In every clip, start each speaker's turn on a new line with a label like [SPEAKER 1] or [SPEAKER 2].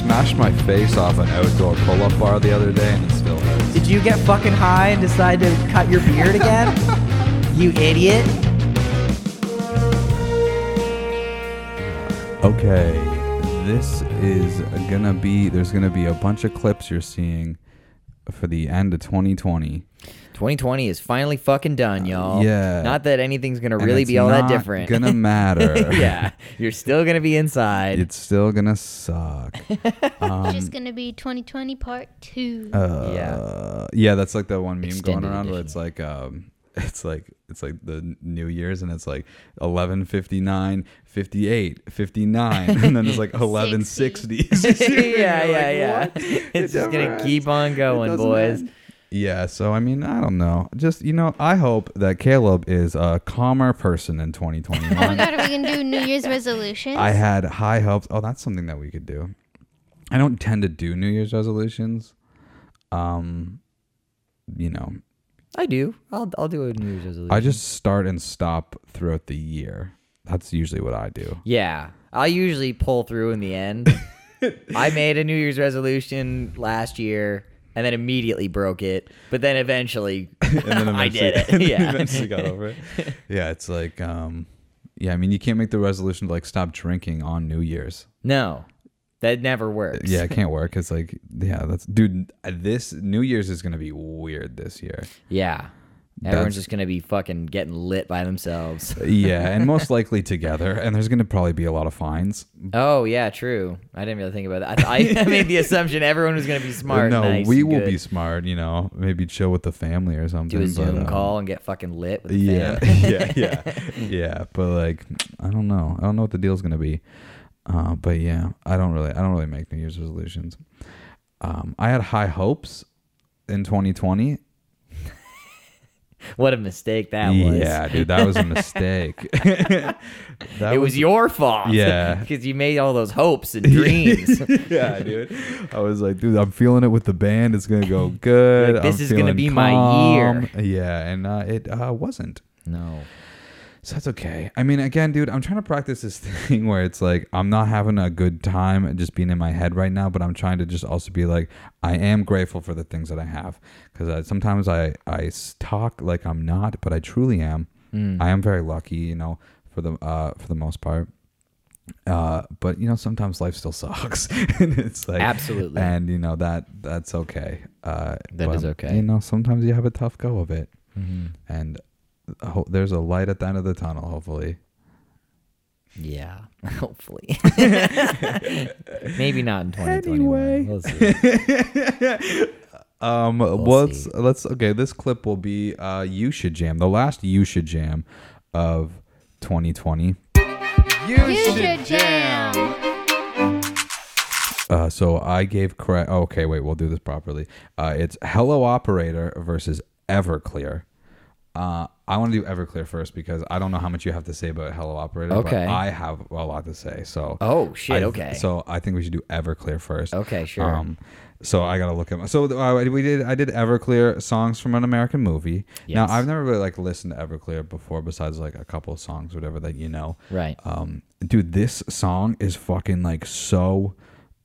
[SPEAKER 1] smashed my face off an outdoor pull-up bar the other day, and it still hurts.
[SPEAKER 2] Did you get fucking high and decide to cut your beard again? you idiot.
[SPEAKER 1] Okay, this is gonna be. There's gonna be a bunch of clips you're seeing for the end of 2020.
[SPEAKER 3] 2020 is finally fucking done, y'all.
[SPEAKER 1] yeah.
[SPEAKER 3] Not that anything's gonna
[SPEAKER 1] and
[SPEAKER 3] really
[SPEAKER 1] it's
[SPEAKER 3] be all that
[SPEAKER 1] not
[SPEAKER 3] different.
[SPEAKER 1] Gonna matter.
[SPEAKER 3] yeah, you're still gonna be inside.
[SPEAKER 1] It's still gonna suck. Um,
[SPEAKER 4] It's just gonna be 2020 part two.
[SPEAKER 1] Uh, yeah. Yeah, that's like that one meme
[SPEAKER 3] Extended
[SPEAKER 1] going around where
[SPEAKER 3] edition.
[SPEAKER 1] it's like um it's like it's like the New Year's and it's like 11:59, 58, 59 and then it's like 11:60.
[SPEAKER 3] yeah, yeah, yeah. It's just gonna keep on going, boys.
[SPEAKER 1] Yeah, so I mean, I don't know. Just you know, I hope that Caleb is a calmer person in
[SPEAKER 4] oh my
[SPEAKER 1] 2021.
[SPEAKER 4] god, are we gonna do New Year's resolutions?
[SPEAKER 1] I had high hopes. Oh, that's something that we could do. I don't tend to do New Year's resolutions. Um, you know,
[SPEAKER 3] I do. I'll I'll do a New Year's resolution.
[SPEAKER 1] I just start and stop throughout the year. That's usually what I do.
[SPEAKER 3] yeah. I usually pull through in the end. I made a New Year's resolution last year and then immediately broke it, but then eventually, I did it. Yeah.
[SPEAKER 1] eventually got over it. Yeah, it's like, um, yeah. I mean, you can't make the resolution to like stop drinking on New Year's.
[SPEAKER 3] no, that never works.
[SPEAKER 1] Yeah, it can't work. It's like, yeah, that's dude. This New Year's is gonna be weird this year.
[SPEAKER 3] Yeah.
[SPEAKER 1] That's-
[SPEAKER 3] Everyone's just gonna be fucking getting lit by themselves.
[SPEAKER 1] Yeah, and most likely together. And there's gonna probably be a lot of fines.
[SPEAKER 3] Oh yeah, true. I didn't really think about that. I, I made the assumption everyone was gonna be smart.
[SPEAKER 1] no,
[SPEAKER 3] nice,
[SPEAKER 1] we
[SPEAKER 3] and
[SPEAKER 1] will
[SPEAKER 3] good.
[SPEAKER 1] be smart. You know, maybe chill with the family or something.
[SPEAKER 3] do a
[SPEAKER 1] but,
[SPEAKER 3] Zoom
[SPEAKER 1] uh,
[SPEAKER 3] call and get fucking lit. With the
[SPEAKER 1] yeah,
[SPEAKER 3] fam.
[SPEAKER 1] yeah, yeah, yeah. But like, I don't know. I don't know what the deal's gonna be. Uh, but yeah, I don't really, I don't really make New Year's resolutions. Um, I had high hopes in 2020.
[SPEAKER 3] What a mistake that was.
[SPEAKER 1] yeah, dude, that was a mistake. that
[SPEAKER 3] It was your fault.
[SPEAKER 1] Yeah.
[SPEAKER 3] Because you made all those hopes and dreams.
[SPEAKER 1] yeah, dude. I was like, dude, I'm feeling it with the band. It's gonna go good.
[SPEAKER 3] Like, this
[SPEAKER 1] I'm
[SPEAKER 3] is gonna
[SPEAKER 1] feeling
[SPEAKER 3] be my year.
[SPEAKER 1] calm. Yeah, and uh, it uh, wasn't.
[SPEAKER 3] no.
[SPEAKER 1] So that's okay. I mean, again, dude, I'm trying to practice this thing where it's like I'm not having a good time and just being in my head right now, but I'm trying to just also be like I am grateful for the things that I have because uh, sometimes I I s- talk like I'm not, but I truly am. I
[SPEAKER 3] Mm.
[SPEAKER 1] am very lucky, you know, for the uh for the most part. Uh, but you know, sometimes life still sucks, and it's like
[SPEAKER 3] Absolutely.
[SPEAKER 1] and you know that that's okay. Uh,
[SPEAKER 3] That
[SPEAKER 1] but,
[SPEAKER 3] is okay.
[SPEAKER 1] You know, sometimes you have a tough go of it,
[SPEAKER 3] Mm-hmm.
[SPEAKER 1] and uh, ho- there's a light at the end of the tunnel. Hopefully,
[SPEAKER 3] Yeah. Hopefully. Maybe not in 2021.
[SPEAKER 1] Anyway.
[SPEAKER 3] We'll see.
[SPEAKER 1] um, what's
[SPEAKER 3] see.
[SPEAKER 1] let's okay. This clip will be uh, you should jam the last you should jam of 2020.
[SPEAKER 4] you should jam.
[SPEAKER 1] Uh, so I gave correct. Oh, okay, wait, we'll do this properly. Uh, it's Hello Operator versus Everclear. Uh, I want to do Everclear first because I don't know how much you have to say about Hello Operator.
[SPEAKER 3] Okay.
[SPEAKER 1] but I have a lot to say. So
[SPEAKER 3] Oh, shit,
[SPEAKER 1] I-
[SPEAKER 3] okay.
[SPEAKER 1] So I think we should do Everclear first.
[SPEAKER 3] Okay, sure.
[SPEAKER 1] Um, so I gotta look at my. So uh, we did. I did Everclear songs from an American movie. Now
[SPEAKER 3] Yes.
[SPEAKER 1] I've never really like listened to Everclear before, besides like a couple of songs, or whatever that you know.
[SPEAKER 3] Right.
[SPEAKER 1] Um, dude, this song is fucking like so.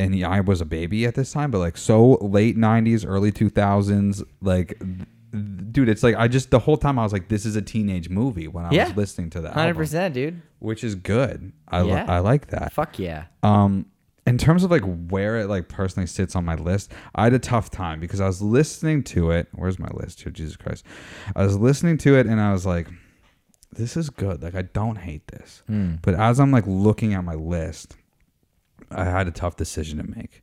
[SPEAKER 1] And I was a baby at this time, but like so late '90s, early 2000s. Like, th- th- dude, it's like I just the whole time I was like, this is a teenage movie when I
[SPEAKER 3] Yeah.
[SPEAKER 1] was listening to that,
[SPEAKER 3] 100%, dude.
[SPEAKER 1] which is good. I li-
[SPEAKER 3] Yeah.
[SPEAKER 1] I like that.
[SPEAKER 3] Fuck yeah.
[SPEAKER 1] Um, in terms of like where it like personally sits on my list, I had a tough time because I was listening to it. Where's my list here? Jesus Christ. I was listening to it and I was like, this is good. Like I don't hate this. But as I'm like looking at my list, I had a tough decision to make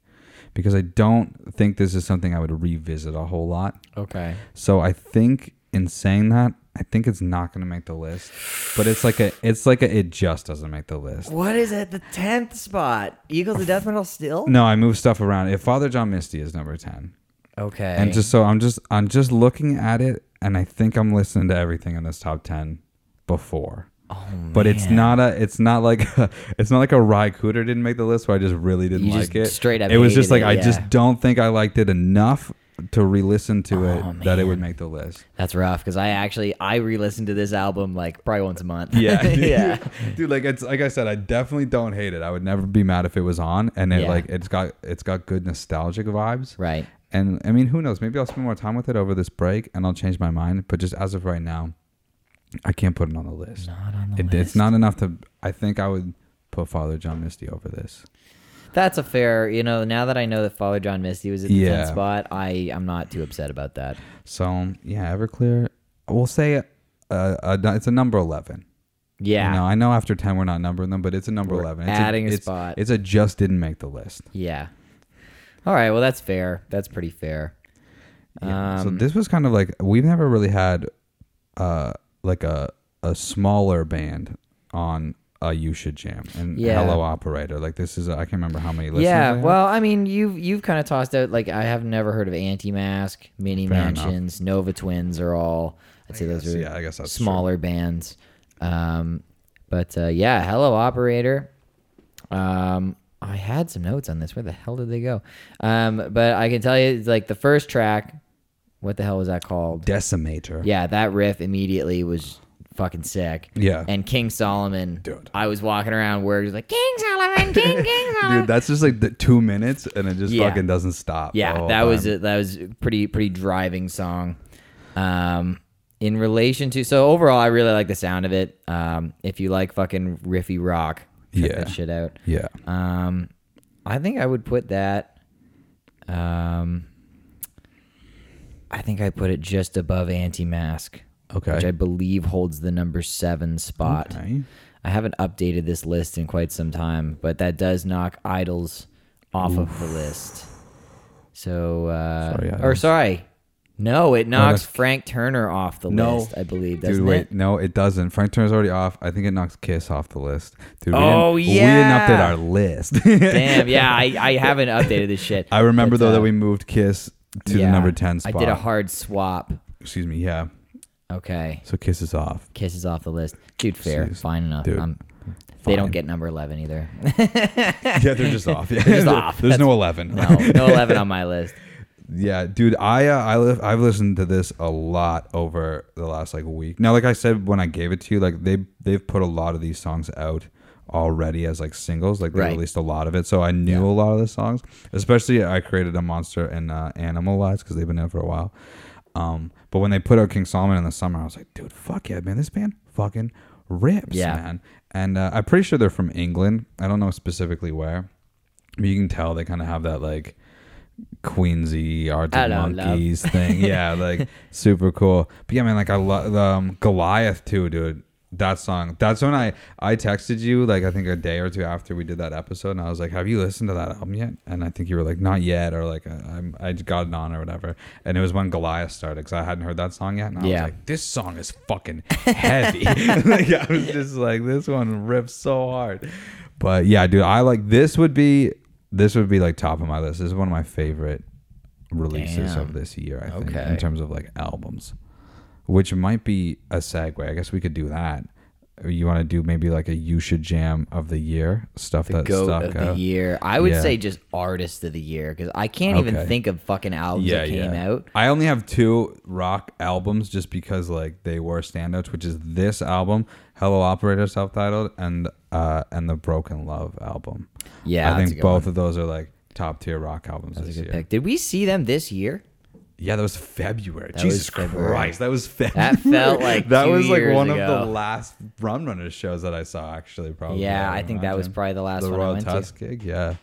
[SPEAKER 1] because I don't think this is something I would revisit a whole lot.
[SPEAKER 3] Okay.
[SPEAKER 1] So I think in saying that, I think it's not going to make the list. But it's like a it's like a it just doesn't make the list.
[SPEAKER 3] What is at the 10th spot? Eagles of Death Metal still?
[SPEAKER 1] No, I move stuff around. If Father John Misty is number ten,
[SPEAKER 3] Okay.
[SPEAKER 1] and just so I'm just I'm just looking at it, and I think I'm listening to everything in this top ten before. Oh, but it's not a it's not like a, it's not like a Rye Cooter didn't make the list where I just really didn't
[SPEAKER 3] You
[SPEAKER 1] like
[SPEAKER 3] just
[SPEAKER 1] it.
[SPEAKER 3] straight up
[SPEAKER 1] it was just like
[SPEAKER 3] hated it,
[SPEAKER 1] I
[SPEAKER 3] yeah.
[SPEAKER 1] just don't think I liked it enough to re-listen to it
[SPEAKER 3] Oh,
[SPEAKER 1] that it would
[SPEAKER 3] man.
[SPEAKER 1] make the list.
[SPEAKER 3] That's rough because I actually I re-listened to this album like probably once a month. yeah.
[SPEAKER 1] yeah, dude. Like it's like I said, I definitely don't hate it. I would never be mad if it was on, and it
[SPEAKER 3] Yeah.
[SPEAKER 1] like it's got it's got good nostalgic vibes.
[SPEAKER 3] Right.
[SPEAKER 1] And I mean, who knows? Maybe I'll spend more time with it over this break, and I'll change my mind. But just as of right now, I can't put it on the list. Not on the list. It's not enough to. I think I would put Father John Misty over this.
[SPEAKER 3] That's a fair, you know, now that I know that Father John Misty was at the 10th
[SPEAKER 1] Yeah.
[SPEAKER 3] spot, I, I'm not too upset about that.
[SPEAKER 1] So yeah, Everclear. We'll say uh, uh, it's a number eleven.
[SPEAKER 3] Yeah.
[SPEAKER 1] You know, I know after ten we're not numbering them, but it's a number
[SPEAKER 3] We're
[SPEAKER 1] eleven. It's
[SPEAKER 3] adding a
[SPEAKER 1] it's-
[SPEAKER 3] spot.
[SPEAKER 1] It's a just didn't make the list.
[SPEAKER 3] Yeah. All right. Well, that's fair. That's pretty fair.
[SPEAKER 1] Yeah. so
[SPEAKER 3] Um,
[SPEAKER 1] this was kind of like we've never really had uh like a a smaller band on a you should jam and
[SPEAKER 3] Yeah.
[SPEAKER 1] hello operator like this is I can't remember how many listeners
[SPEAKER 3] yeah.
[SPEAKER 1] they had.
[SPEAKER 3] Well, I mean, you've you've kind of tossed out like I have never heard of Anti Mask, Mini
[SPEAKER 1] Fair enough.
[SPEAKER 3] Mansions, Nova Twins are all. I'd say those
[SPEAKER 1] guess,
[SPEAKER 3] are
[SPEAKER 1] yeah, I guess that's true.
[SPEAKER 3] smaller bands. Um, but uh, yeah, Hello Operator. Um, I had some notes on this. Where the hell did they go? Um, but I can tell you, like the first track, what the hell was that called?
[SPEAKER 1] decimator
[SPEAKER 3] Yeah, that riff immediately was fucking sick.
[SPEAKER 1] Yeah.
[SPEAKER 3] And King Solomon,
[SPEAKER 1] Dude.
[SPEAKER 3] I was walking around where he was like King Solomon, King King Solomon.
[SPEAKER 1] dude that's just like the two minutes and it just
[SPEAKER 3] Yeah.
[SPEAKER 1] fucking doesn't stop the
[SPEAKER 3] yeah,
[SPEAKER 1] whole
[SPEAKER 3] that was
[SPEAKER 1] time.
[SPEAKER 3] a, that was a pretty pretty driving song. Um, in relation to so overall, I really like the sound of it. Um, if you like fucking riffy rock, check
[SPEAKER 1] Yeah.
[SPEAKER 3] that shit out.
[SPEAKER 1] yeah
[SPEAKER 3] Um, I think I would put that. Um, I think I put it just above anti-mask.
[SPEAKER 1] Okay.
[SPEAKER 3] which I believe holds the number seven spot.
[SPEAKER 1] Okay.
[SPEAKER 3] I haven't updated this list in quite some time, but that does knock idols off of the list. So, uh,
[SPEAKER 1] Sorry,
[SPEAKER 3] or
[SPEAKER 1] Idols.
[SPEAKER 3] sorry, no, it knocks
[SPEAKER 1] that's-
[SPEAKER 3] Frank Turner off the
[SPEAKER 1] No.
[SPEAKER 3] list. I believe,
[SPEAKER 1] Dude,
[SPEAKER 3] doesn't
[SPEAKER 1] wait,
[SPEAKER 3] it?
[SPEAKER 1] no, it doesn't. Frank Turner's already off. I think it knocks Kiss off the list. Dude, we didn't,
[SPEAKER 3] Oh,
[SPEAKER 1] we didn't
[SPEAKER 3] yeah.
[SPEAKER 1] update our list.
[SPEAKER 3] Damn, yeah, I, I haven't updated this shit.
[SPEAKER 1] I remember
[SPEAKER 3] But,
[SPEAKER 1] though
[SPEAKER 3] uh,
[SPEAKER 1] that we moved Kiss to
[SPEAKER 3] yeah,
[SPEAKER 1] the number ten spot.
[SPEAKER 3] I did a hard swap.
[SPEAKER 1] Excuse me. Yeah.
[SPEAKER 3] Okay,
[SPEAKER 1] So Kiss is off.
[SPEAKER 3] Kiss is off the list, dude. Fair,
[SPEAKER 1] Jeez.
[SPEAKER 3] fine enough.
[SPEAKER 1] Dude,
[SPEAKER 3] Um, They don't
[SPEAKER 1] fine.
[SPEAKER 3] get number eleven either.
[SPEAKER 1] yeah, they're just off. Yeah,
[SPEAKER 3] They're just off.
[SPEAKER 1] There's no
[SPEAKER 3] That's-
[SPEAKER 1] eleven.
[SPEAKER 3] no, no eleven on my list.
[SPEAKER 1] yeah, dude. I uh, I li- I've listened to this a lot over the last like week. Now, like I said when I gave it to you, like they they've put a lot of these songs out already as like singles. Like they
[SPEAKER 3] Right.
[SPEAKER 1] released a lot of it, so I knew a lot of the songs. Especially I created a monster and uh, Animal Lies because they've been out for a while. Um, but when they put out King Solomon in the summer, I was like, dude, fuck yeah, man, this band fucking rips,
[SPEAKER 3] Yeah.
[SPEAKER 1] man. And uh, I'm pretty sure they're from England. I don't know specifically where, but you can tell they kind of have that like Queensy Arctic
[SPEAKER 3] Hello, love.
[SPEAKER 1] Monkeys thing. Yeah, like super cool. But yeah, man, like I love um, Goliath too, dude. That song. That's when I I texted you like I think a day or two after we did that episode, and I was like, "Have you listened to that album yet?" And I think you were like, "Not yet," or like, "I'm I got it on" or whatever. And it was when Goliath started because I hadn't heard that song yet, and I
[SPEAKER 3] Yeah.
[SPEAKER 1] was like, "This song is fucking heavy." like I was just like, "This one rips so hard." But yeah, dude, I like this would be this would be like top of my list. This is one of my favorite releases
[SPEAKER 3] Damn.
[SPEAKER 1] of this year, I think,
[SPEAKER 3] Okay.
[SPEAKER 1] in terms of like albums, which might be a segue. I guess we could do that. Uh, You want to do maybe like a you should jam of the year stuff that
[SPEAKER 3] goat
[SPEAKER 1] stuck
[SPEAKER 3] of the
[SPEAKER 1] out?
[SPEAKER 3] year. I would
[SPEAKER 1] Yeah.
[SPEAKER 3] say just artist of the year because I can't even
[SPEAKER 1] Okay.
[SPEAKER 3] think of fucking albums that came out.
[SPEAKER 1] I only have two rock albums just because like they were standouts, which is this album, Hello Operator, self-titled, and uh and the Broken Love album.
[SPEAKER 3] Yeah,
[SPEAKER 1] I
[SPEAKER 3] that's a
[SPEAKER 1] think
[SPEAKER 3] good
[SPEAKER 1] both
[SPEAKER 3] one.
[SPEAKER 1] of those are like top tier rock albums
[SPEAKER 3] That's
[SPEAKER 1] this
[SPEAKER 3] a good
[SPEAKER 1] year.
[SPEAKER 3] pick. Did we see them this year?
[SPEAKER 1] Yeah, that was February.
[SPEAKER 3] That
[SPEAKER 1] Jesus
[SPEAKER 3] was February.
[SPEAKER 1] Christ, that was February.
[SPEAKER 3] That felt like
[SPEAKER 1] that
[SPEAKER 3] two
[SPEAKER 1] was like
[SPEAKER 3] years
[SPEAKER 1] one of
[SPEAKER 3] ago.
[SPEAKER 1] the last Rum Runners shows that I saw. Actually, probably.
[SPEAKER 3] Yeah, I
[SPEAKER 1] would
[SPEAKER 3] think that was
[SPEAKER 1] Oh, imagine.
[SPEAKER 3] probably the last
[SPEAKER 1] the
[SPEAKER 3] one I
[SPEAKER 1] Royal
[SPEAKER 3] went to.
[SPEAKER 1] Tusk gig. Yeah,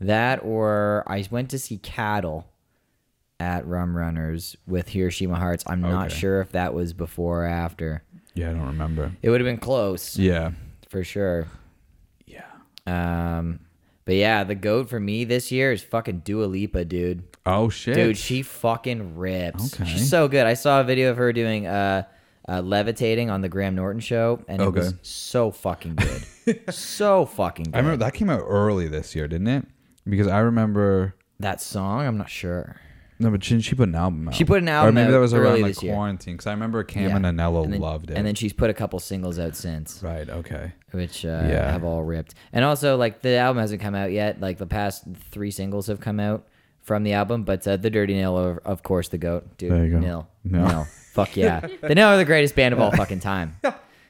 [SPEAKER 3] That or I went to see Cattle at Rum Runners with Hiroshima Hearts. I'm not
[SPEAKER 1] Okay.
[SPEAKER 3] sure if that was before or after.
[SPEAKER 1] yeah, I don't remember.
[SPEAKER 3] It would have been close
[SPEAKER 1] Yeah,
[SPEAKER 3] for sure.
[SPEAKER 1] yeah.
[SPEAKER 3] Um, but yeah, the goat for me this year is fucking Dua Lipa, dude.
[SPEAKER 1] Oh shit,
[SPEAKER 3] Dude, she fucking rips.
[SPEAKER 1] Okay.
[SPEAKER 3] She's so good. I saw a video of her doing uh, uh levitating on the Graham Norton show, and it was
[SPEAKER 1] Okay.
[SPEAKER 3] so fucking good. so fucking good.
[SPEAKER 1] I remember that came out early this year, didn't it? Because I remember.
[SPEAKER 3] that song. I'm not sure.
[SPEAKER 1] No, but she, she put an album out.
[SPEAKER 3] She put an
[SPEAKER 1] Or
[SPEAKER 3] album
[SPEAKER 1] maybe
[SPEAKER 3] out
[SPEAKER 1] that was
[SPEAKER 3] early
[SPEAKER 1] around like
[SPEAKER 3] this year.
[SPEAKER 1] quarantine. Because I remember Cam
[SPEAKER 3] Yeah.
[SPEAKER 1] and Anello
[SPEAKER 3] And then-
[SPEAKER 1] loved it.
[SPEAKER 3] And then she's put a couple singles out since,
[SPEAKER 1] right, okay.
[SPEAKER 3] which uh,
[SPEAKER 1] Yeah.
[SPEAKER 3] have all ripped. And also, like the album hasn't come out yet. Like the past three singles have come out. from the album, but uh, the Dirty Nail, of, of course, the goat, dude.
[SPEAKER 1] There you go.
[SPEAKER 3] Nail,
[SPEAKER 1] No.
[SPEAKER 3] nail, fuck yeah. the Nail are the greatest band of all fucking time.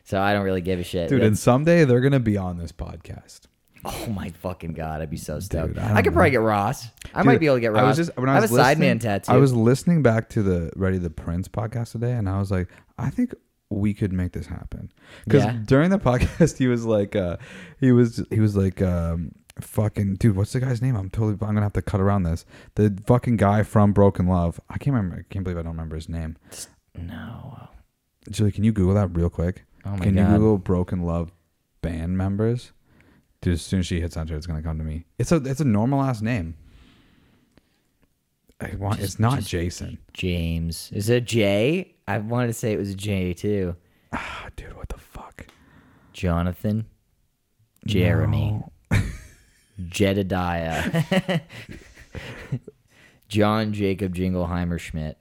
[SPEAKER 3] So I don't really give a shit,
[SPEAKER 1] dude. And
[SPEAKER 3] That's-
[SPEAKER 1] someday they're gonna be on this podcast.
[SPEAKER 3] oh my fucking god, I'd be so stoked.
[SPEAKER 1] Dude, I
[SPEAKER 3] I,
[SPEAKER 1] don't
[SPEAKER 3] could probably get Ross. I might
[SPEAKER 1] Dude,
[SPEAKER 3] be able to get Ross. I,
[SPEAKER 1] was just when I, was
[SPEAKER 3] have a
[SPEAKER 1] listening-
[SPEAKER 3] Sideman tattoo.
[SPEAKER 1] I was listening back to the Ready the Prince podcast today, and I was like, I think we could make this happen. Because
[SPEAKER 3] Yeah.
[SPEAKER 1] during the podcast, he was like, uh, he was he was like, um, fucking dude, what's the guy's name? I'm totally I'm gonna have to cut around this. The fucking guy from Broken Love. I can't remember. I can't believe I don't remember his name.
[SPEAKER 3] no.
[SPEAKER 1] Julie, can you Google that real quick?
[SPEAKER 3] Oh my
[SPEAKER 1] can
[SPEAKER 3] god.
[SPEAKER 1] you Google Broken Love band members? Dude, as soon as she hits enter, it's gonna come to me. It's a it's a normal ass name. I want, it's not Jason.
[SPEAKER 3] James. Is it Jay? I wanted to say it was Jay too.
[SPEAKER 1] Ah, dude, what the fuck?
[SPEAKER 3] Jonathan, Jeremy,
[SPEAKER 1] No.
[SPEAKER 3] Jedediah, John Jacob Jingleheimer Schmidt.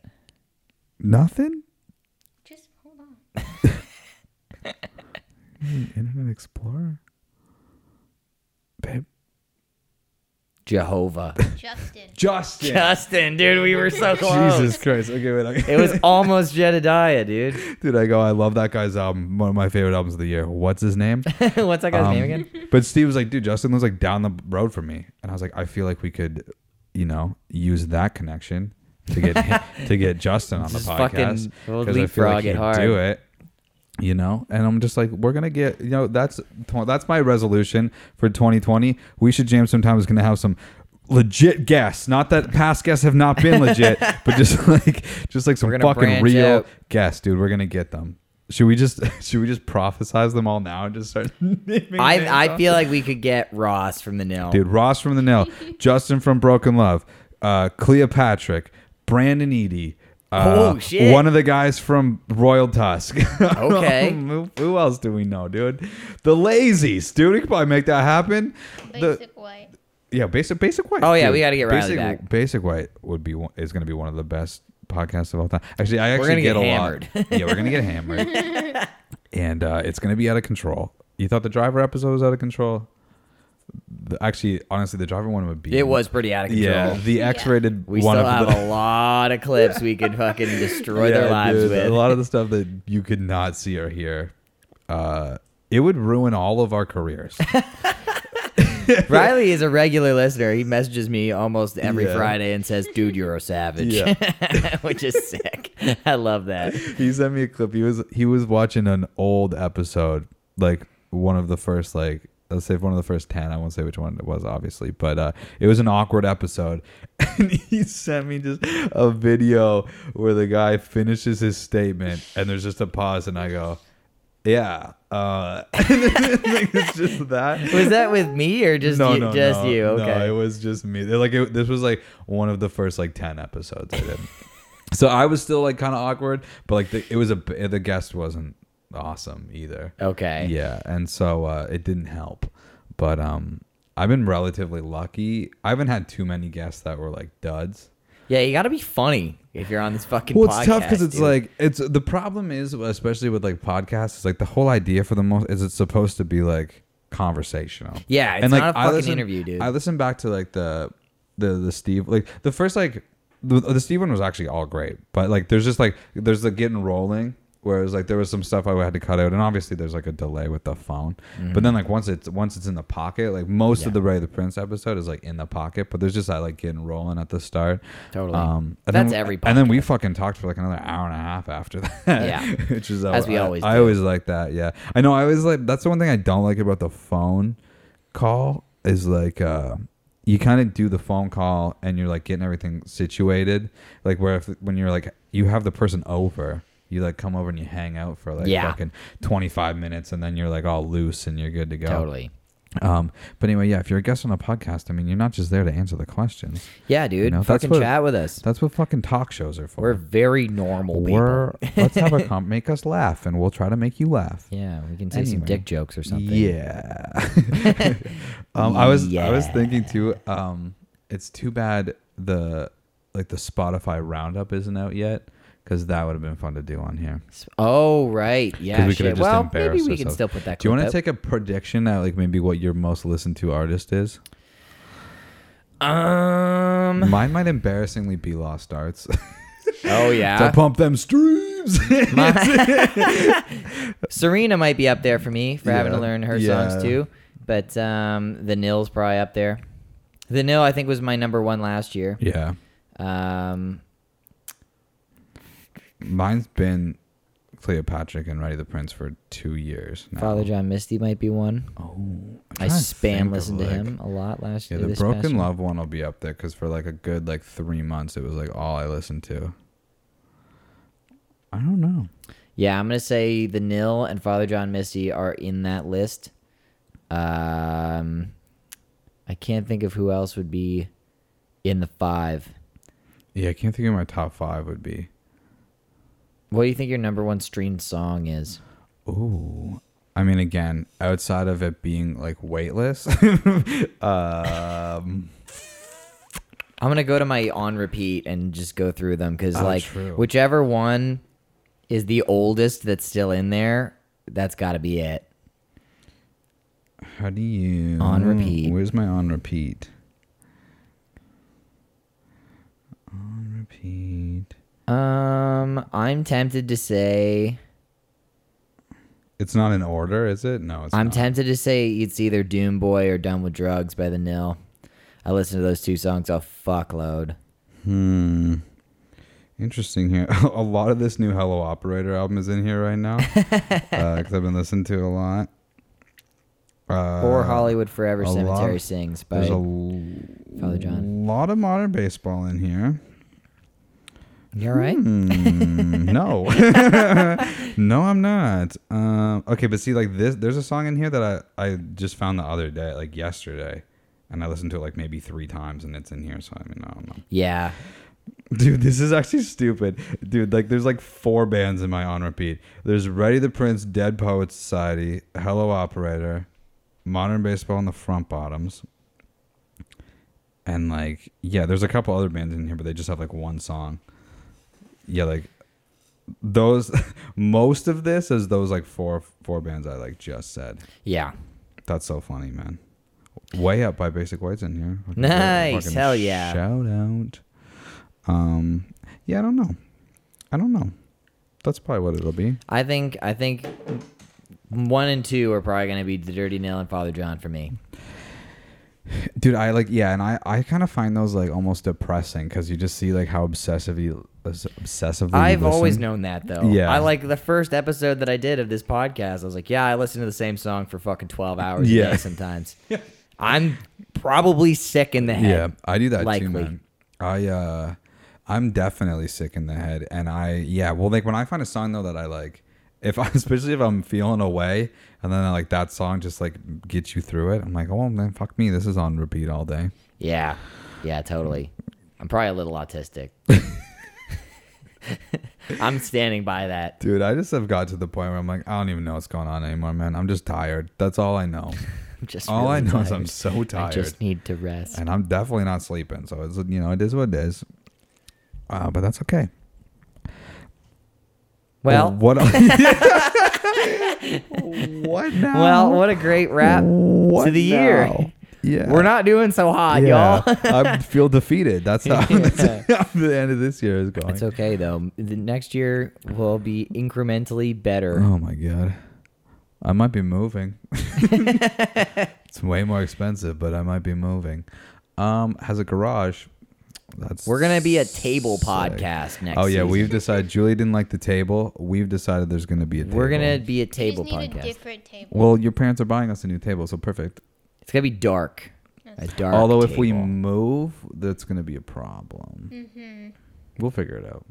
[SPEAKER 1] Nothing.
[SPEAKER 4] Just hold on.
[SPEAKER 1] Internet Explorer. Babe.
[SPEAKER 3] Jehovah.
[SPEAKER 4] Justin.
[SPEAKER 1] Justin.
[SPEAKER 3] Justin, dude, we were so close.
[SPEAKER 1] Jesus Christ. Okay, wait. Okay.
[SPEAKER 3] It was almost Jedediah, dude.
[SPEAKER 1] dude, I go. I love that guy's album. One of my favorite albums of the year. What's his name?
[SPEAKER 3] What's that guy's
[SPEAKER 1] Um,
[SPEAKER 3] name again?
[SPEAKER 1] But Steve was like, dude, Justin lives like down the road from me, and I was like, I feel like we could, you know, use that connection to get to get Justin on the
[SPEAKER 3] Just
[SPEAKER 1] podcast
[SPEAKER 3] fucking- we'll
[SPEAKER 1] I feel
[SPEAKER 3] leapfrog
[SPEAKER 1] like
[SPEAKER 3] it
[SPEAKER 1] he'd
[SPEAKER 3] hard.
[SPEAKER 1] do it. You know, and I'm just like, we're gonna get, you know, that's that's my resolution for 2020. We should jam sometime. Is gonna have some legit guests. Not that past guests have not been legit, but just like, just like some
[SPEAKER 3] We're gonna
[SPEAKER 1] fucking
[SPEAKER 3] branch
[SPEAKER 1] real
[SPEAKER 3] out.
[SPEAKER 1] guests, dude. We're gonna get them. Should we just should we just prophesize them all now and just start naming names
[SPEAKER 3] I, I
[SPEAKER 1] off?
[SPEAKER 3] feel like we could get Ross from the Nil.
[SPEAKER 1] dude. Ross from the Nail, Justin from Broken Love, uh, Cleopatra, Brandon Eady. Uh,
[SPEAKER 3] Oh, shit.
[SPEAKER 1] One of the guys from Royal Tusk.
[SPEAKER 3] Okay.
[SPEAKER 1] who, who else do we know, dude? The Lazies, dude. We could probably make that happen. The-
[SPEAKER 4] Basic white.
[SPEAKER 1] yeah, basic basic white.
[SPEAKER 3] Oh, yeah,
[SPEAKER 1] dude.
[SPEAKER 3] we gotta get Riley
[SPEAKER 1] basic,
[SPEAKER 3] back.
[SPEAKER 1] Basic white would be one- is gonna be one of the best podcasts of all time. Actually, I actually
[SPEAKER 3] gonna
[SPEAKER 1] get,
[SPEAKER 3] get
[SPEAKER 1] a
[SPEAKER 3] hammered.
[SPEAKER 1] lot. yeah, we're gonna get hammered, and uh, it's gonna be out of control. You thought the driver episode was out of control? The- actually, honestly, the driver one would be.
[SPEAKER 3] It was pretty out of control.
[SPEAKER 1] Yeah, the X-rated
[SPEAKER 3] We
[SPEAKER 1] one
[SPEAKER 3] still
[SPEAKER 1] of
[SPEAKER 3] have
[SPEAKER 1] the,
[SPEAKER 3] a lot of clips we could fucking destroy
[SPEAKER 1] Yeah,
[SPEAKER 3] their lives
[SPEAKER 1] dude,
[SPEAKER 3] with.
[SPEAKER 1] A lot of the stuff that you could not see or hear. Uh, it would ruin all of our careers.
[SPEAKER 3] Riley is a regular listener. He messages me almost every
[SPEAKER 1] Yeah.
[SPEAKER 3] Friday and says, "Dude, you're a savage,"
[SPEAKER 1] Yeah.
[SPEAKER 3] which is sick. I love that.
[SPEAKER 1] he sent me a clip. He was he was watching an old episode, like one of the first like let's say one of the first ten. I won't say which one it was, obviously, but uh, it was an awkward episode. And he sent me just a video where the guy finishes his statement, and there's just a pause, and I go, "Yeah," uh, and then, like, it's just that.
[SPEAKER 3] Was that with me or just you, just you? Okay.
[SPEAKER 1] No, it was just me. They're Like it, this was like one of the first like ten episodes I did. so I was still like kind of awkward, but like the, it was a b- the guest wasn't awesome either.
[SPEAKER 3] okay.
[SPEAKER 1] Yeah, and so uh, it didn't help. But um, I've been relatively lucky. I haven't had too many guests that were like duds.
[SPEAKER 3] Yeah, you got to be funny if you're on this fucking.
[SPEAKER 1] Well, it's tough because
[SPEAKER 3] podcast,
[SPEAKER 1] it's
[SPEAKER 3] dude.
[SPEAKER 1] like it's the problem is especially with like podcasts. It's like the whole idea for the most is it's supposed to be like conversational.
[SPEAKER 3] Yeah, it's
[SPEAKER 1] and like
[SPEAKER 3] not a
[SPEAKER 1] I
[SPEAKER 3] fucking
[SPEAKER 1] listen-
[SPEAKER 3] interview, dude.
[SPEAKER 1] I listened back to like the the the Steve like the first like the, the Steve one was actually all great, but like there's just like there's the getting rolling. Whereas like there was some stuff I had to cut out, and obviously there's like a delay with the phone. But then like once it's once it's in the pocket, like most of
[SPEAKER 3] Mm-hmm. Yeah.
[SPEAKER 1] the Ray the Prince episode is like in the pocket, but there's just that like getting rolling at the start. Um,
[SPEAKER 3] Totally.
[SPEAKER 1] and
[SPEAKER 3] That's
[SPEAKER 1] then,
[SPEAKER 3] every
[SPEAKER 1] And then we
[SPEAKER 3] podcast.
[SPEAKER 1] fucking talked for like another hour and a half after that.
[SPEAKER 3] Yeah.
[SPEAKER 1] which is
[SPEAKER 3] As we
[SPEAKER 1] I-
[SPEAKER 3] always
[SPEAKER 1] I
[SPEAKER 3] do.
[SPEAKER 1] always like that. Yeah, I know. I always like that's the one thing I don't like about the phone call is like uh, you kind of do the phone call and you're like getting everything situated. Like where if when you're like you have the person over, you like come over and you hang out for like
[SPEAKER 3] Yeah.
[SPEAKER 1] fucking 25 minutes and then you're like all loose and you're good to go.
[SPEAKER 3] totally.
[SPEAKER 1] Um, but anyway, yeah, if you're a guest on a podcast, I mean, you're not just there to answer the questions.
[SPEAKER 3] Yeah, dude.
[SPEAKER 1] know, that's
[SPEAKER 3] fucking
[SPEAKER 1] what-
[SPEAKER 3] chat with us.
[SPEAKER 1] That's what fucking talk shows are for.
[SPEAKER 3] We're very normal
[SPEAKER 1] We're- let's have a comp, make us laugh, and we'll try to make you laugh.
[SPEAKER 3] people. Yeah, we can say some
[SPEAKER 1] Anyway.
[SPEAKER 3] dick jokes or something.
[SPEAKER 1] Yeah. um, I was I was
[SPEAKER 3] Yeah.
[SPEAKER 1] thinking too. Um, it's too bad the like the Spotify roundup isn't out yet because that would have been fun to do on here.
[SPEAKER 3] Oh right. Yeah.
[SPEAKER 1] we
[SPEAKER 3] shit.
[SPEAKER 1] could have just
[SPEAKER 3] well,
[SPEAKER 1] embarrassed
[SPEAKER 3] maybe we can
[SPEAKER 1] ourselves.
[SPEAKER 3] still put that.
[SPEAKER 1] Do you
[SPEAKER 3] clip
[SPEAKER 1] want to
[SPEAKER 3] up.
[SPEAKER 1] take a prediction at like maybe what your most listened to artist is?
[SPEAKER 3] Um.
[SPEAKER 1] Mine might embarrassingly be Lost Arts.
[SPEAKER 3] Oh
[SPEAKER 1] to
[SPEAKER 3] yeah.
[SPEAKER 1] pump them streams.
[SPEAKER 3] Serena might be up there for me for having to
[SPEAKER 1] Yeah,
[SPEAKER 3] learn her
[SPEAKER 1] yeah.
[SPEAKER 3] songs too. But um, the Nil's probably up there. The Nil I think was my number one last year.
[SPEAKER 1] yeah.
[SPEAKER 3] Um.
[SPEAKER 1] Mine's been Cleopatra and Ready the Prince for two years now.
[SPEAKER 3] Father John Misty might be one.
[SPEAKER 1] Oh,
[SPEAKER 3] I
[SPEAKER 1] I'm trying to think
[SPEAKER 3] spam
[SPEAKER 1] of,
[SPEAKER 3] listened to
[SPEAKER 1] like-
[SPEAKER 3] him a lot last
[SPEAKER 1] Yeah,
[SPEAKER 3] year.
[SPEAKER 1] the
[SPEAKER 3] this past
[SPEAKER 1] Broken
[SPEAKER 3] year.
[SPEAKER 1] Love one will be up there because for like a good like three months it was like all I listened to. I don't know.
[SPEAKER 3] Yeah, I'm gonna say the Nil and Father John Misty are in that list. Um, I can't think of who else would be in the five.
[SPEAKER 1] Yeah, I can't think of my top five would be.
[SPEAKER 3] What do you think your number one streamed song is?
[SPEAKER 1] Ooh. I mean, again, outside of it being like weightless, um,
[SPEAKER 3] I'm gonna go to my on repeat and just go through them because
[SPEAKER 1] Oh,
[SPEAKER 3] like
[SPEAKER 1] true.
[SPEAKER 3] whichever one is the oldest that's still in there, that's got to be it.
[SPEAKER 1] how do you
[SPEAKER 3] On repeat.
[SPEAKER 1] Where's my on repeat? On repeat.
[SPEAKER 3] Um, I'm tempted to say
[SPEAKER 1] It's not in order, is it? No, it's
[SPEAKER 3] I'm
[SPEAKER 1] not.
[SPEAKER 3] tempted to say it's either Doom Boy or Done with Drugs by the Nil. I listen to those two songs a fuckload.
[SPEAKER 1] Hmm. Interesting here. A lot of this new Hello Operator album is in here right now because I've been listening to it a lot. Uh,
[SPEAKER 3] or Hollywood Forever
[SPEAKER 1] a lot
[SPEAKER 3] Cemetery
[SPEAKER 1] of-
[SPEAKER 3] Sings by
[SPEAKER 1] There's a
[SPEAKER 3] Father John.
[SPEAKER 1] lot of modern baseball in here.
[SPEAKER 3] You all right?
[SPEAKER 1] Hmm, no, no, I'm not. Um, okay, but see, like this, there's a song in here that I I just found the other day, like yesterday, and I listened to it like maybe three times, and it's in here. So I mean, I don't know.
[SPEAKER 3] Yeah.
[SPEAKER 1] Dude, this is actually stupid. Dude, like there's like four bands in my on repeat. There's Ready the Prince, Dead Poets Society, Hello Operator, Modern Baseball and the Front Bottoms. And like, yeah, there's a couple other bands in here, but they just have like one song. Yeah, like those most of this is those like four four bands I like just said.
[SPEAKER 3] Yeah.
[SPEAKER 1] That's so funny, man. Way up by Basic White's in here. Fucking-
[SPEAKER 3] Nice,
[SPEAKER 1] fucking
[SPEAKER 3] hell yeah.
[SPEAKER 1] Shout out. Um, yeah, I don't know. I don't know. That's probably what it'll be.
[SPEAKER 3] I think I think one and two are probably gonna be the Dirty Nil and Father John for me.
[SPEAKER 1] Dude, I like yeah, and I I kind of find those like almost depressing because you just see like how obsessively obsessively. you
[SPEAKER 3] I've always
[SPEAKER 1] listen.
[SPEAKER 3] known that though.
[SPEAKER 1] Yeah.
[SPEAKER 3] I like the first episode that I did of this podcast. I was like, yeah, I listen to the same song for fucking twelve hours a
[SPEAKER 1] Yeah.
[SPEAKER 3] day sometimes. I'm probably sick in the head.
[SPEAKER 1] Yeah, I do that
[SPEAKER 3] Likely.
[SPEAKER 1] too, man. I uh I'm definitely sick in the head and I yeah, well like when I find a song though that I like if I especially if I'm feeling away and then I like that song just like gets you through it, I'm like, "Oh, man, fuck me. This is on repeat all day."
[SPEAKER 3] Yeah. Yeah, totally. I'm probably a little autistic. I'm standing by that.
[SPEAKER 1] Dude, I just have got to the point where I'm like, I don't even know what's going on anymore, man. I'm just tired. That's all I know.
[SPEAKER 3] I'm just
[SPEAKER 1] all I
[SPEAKER 3] really
[SPEAKER 1] know is I'm
[SPEAKER 3] tired.
[SPEAKER 1] so
[SPEAKER 3] I
[SPEAKER 1] tired.
[SPEAKER 3] just need to rest.
[SPEAKER 1] and I'm definitely not sleeping. So it's you know, it is what it is. Uh, but that's okay.
[SPEAKER 3] Well,
[SPEAKER 1] what What now?
[SPEAKER 3] well, what a great wrap
[SPEAKER 1] What
[SPEAKER 3] to the year.
[SPEAKER 1] now? Yeah.
[SPEAKER 3] We're not doing so hot,
[SPEAKER 1] Yeah.
[SPEAKER 3] y'all.
[SPEAKER 1] I feel defeated. That's how,
[SPEAKER 3] Yeah.
[SPEAKER 1] that's how the end of this year is going.
[SPEAKER 3] It's okay though. The next year will be incrementally better.
[SPEAKER 1] Oh my god. I might be moving. it's way more expensive, but I might be moving. Um has a garage. That's
[SPEAKER 3] We're gonna be a table
[SPEAKER 1] sick.
[SPEAKER 3] podcast next.
[SPEAKER 1] Oh yeah,
[SPEAKER 3] season.
[SPEAKER 1] we've decided Julie didn't like the table. We've decided there's gonna be a table.
[SPEAKER 3] we're gonna be a
[SPEAKER 4] We just
[SPEAKER 3] table
[SPEAKER 4] need a
[SPEAKER 3] podcast.
[SPEAKER 4] different table.
[SPEAKER 1] Well, your parents are buying us a new table, so perfect.
[SPEAKER 3] It's gonna be dark. A dark.
[SPEAKER 1] Although if we
[SPEAKER 3] table.
[SPEAKER 1] move, that's gonna be a problem. We'll figure it out.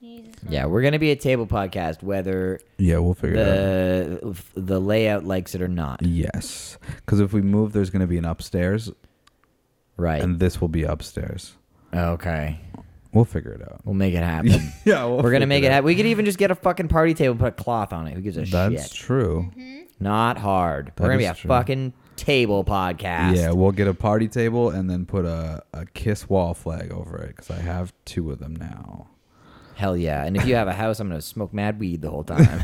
[SPEAKER 4] Jesus.
[SPEAKER 3] yeah, we're gonna be a table podcast, whether
[SPEAKER 1] Yeah, we'll figure it out.
[SPEAKER 3] the the layout likes it or not.
[SPEAKER 1] Yes, because if we move, there's going to be an upstairs,
[SPEAKER 3] Right.
[SPEAKER 1] and this will be upstairs.
[SPEAKER 3] Okay.
[SPEAKER 1] We'll figure it out.
[SPEAKER 3] We'll make it happen.
[SPEAKER 1] yeah, we
[SPEAKER 3] We're gonna make it happen. We could even just get a fucking party table and put a cloth on it. Who gives a
[SPEAKER 1] That's
[SPEAKER 3] shit?
[SPEAKER 1] true.
[SPEAKER 3] Not hard.
[SPEAKER 1] That
[SPEAKER 3] We're gonna be
[SPEAKER 1] is
[SPEAKER 3] a
[SPEAKER 1] true.
[SPEAKER 3] fucking table podcast.
[SPEAKER 1] Yeah, we'll get a party table and then put a, a kiss wall flag over it because I have two of them now.
[SPEAKER 3] Hell yeah. And if you have a house, I'm going to smoke mad weed the whole time.